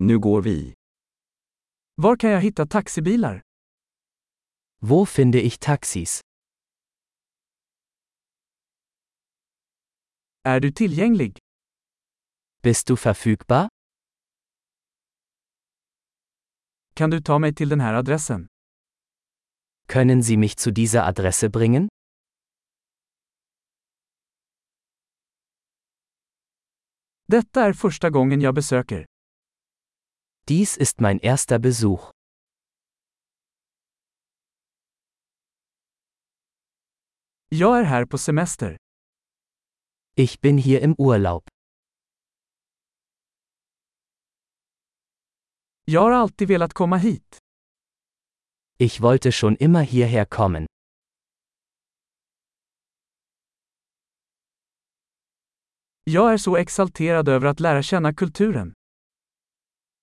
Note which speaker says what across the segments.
Speaker 1: Nu går vi.
Speaker 2: Var kan jag hitta taxibilar?
Speaker 3: Wo finde ich Taxis?
Speaker 2: Är du tillgänglig?
Speaker 3: Bist du verfügbar?
Speaker 2: Kan du ta mig till den här adressen?
Speaker 3: Können Sie mich zu dieser Adresse bringen?
Speaker 2: Detta är första gången jag besöker.
Speaker 3: Dies ist mein erster Besuch.
Speaker 2: Jag är här på semester.
Speaker 3: Ich bin hier im Urlaub.
Speaker 2: Jag har alltid velat komma hit.
Speaker 3: Ich wollte schon immer hierher kommen.
Speaker 2: Jag är så exalterad över att lära känna kulturen.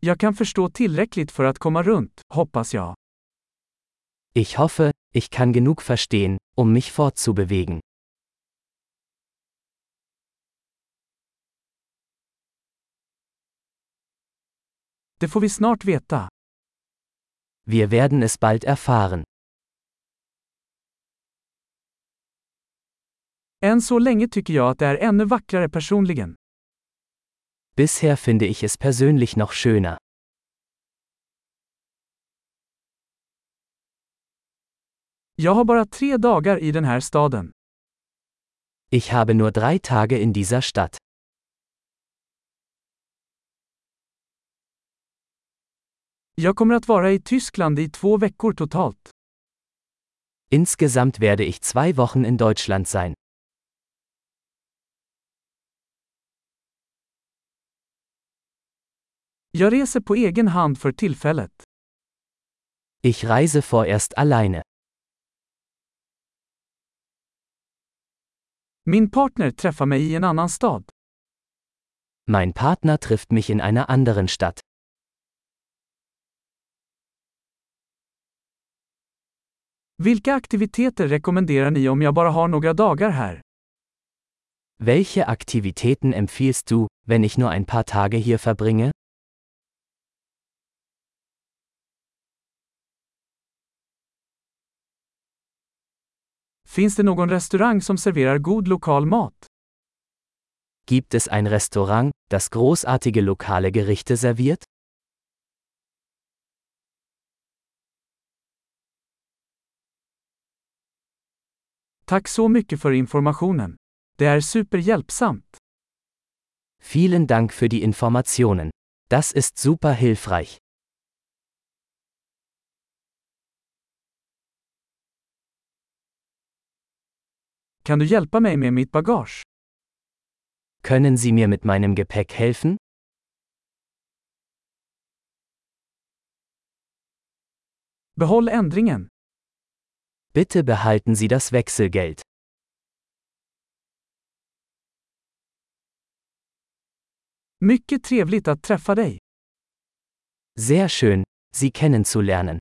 Speaker 2: Jag kan förstå tillräckligt för att komma runt, hoppas jag.
Speaker 3: Ich hoffe, ich kann genug verstehen, um mich fortzubewegen.
Speaker 2: Det får vi snart veta.
Speaker 3: Wir werden es bald erfahren.
Speaker 2: Än så länge tycker jag att det är ännu vackrare personligen.
Speaker 3: Bisher finde ich es persönlich noch schöner.
Speaker 2: Jag har bara tre dagar i den här staden.
Speaker 3: Ich habe nur drei Tage in dieser Stadt.
Speaker 2: Jag kommer att vara i Tyskland i två veckor totalt.
Speaker 3: Insgesamt werde ich zwei Wochen in Deutschland sein.
Speaker 2: Jag reser på egen hand för tillfället.
Speaker 3: Ich reise vorerst alleine.
Speaker 2: Min partner träffar mig i en annan stad.
Speaker 3: Mein Partner trifft mich in einer anderen Stadt.
Speaker 2: Vilka aktiviteter rekommenderar ni om jag bara har några dagar här?
Speaker 3: Welche Aktivitäten empfiehlst du, wenn ich nur ein paar Tage hier verbringe?
Speaker 2: Finns det någon restaurang som serverar god lokal mat?
Speaker 3: Gibt es ein Restaurant, das großartige lokale Gerichte serviert?
Speaker 2: Tack så mycket för informationen. Det är superhjälpsamt.
Speaker 3: Vielen Dank für die Informationen. Das ist super hilfreich.
Speaker 2: Kan du hjälpa mig med mitt bagage?
Speaker 3: Können Sie mir mit meinem Gepäck helfen?
Speaker 2: Behåll ändringen.
Speaker 3: Bitte behalten Sie das Wechselgeld.
Speaker 2: Mycket trevligt att träffa dig.
Speaker 3: Sehr schön, Sie kennenzulernen.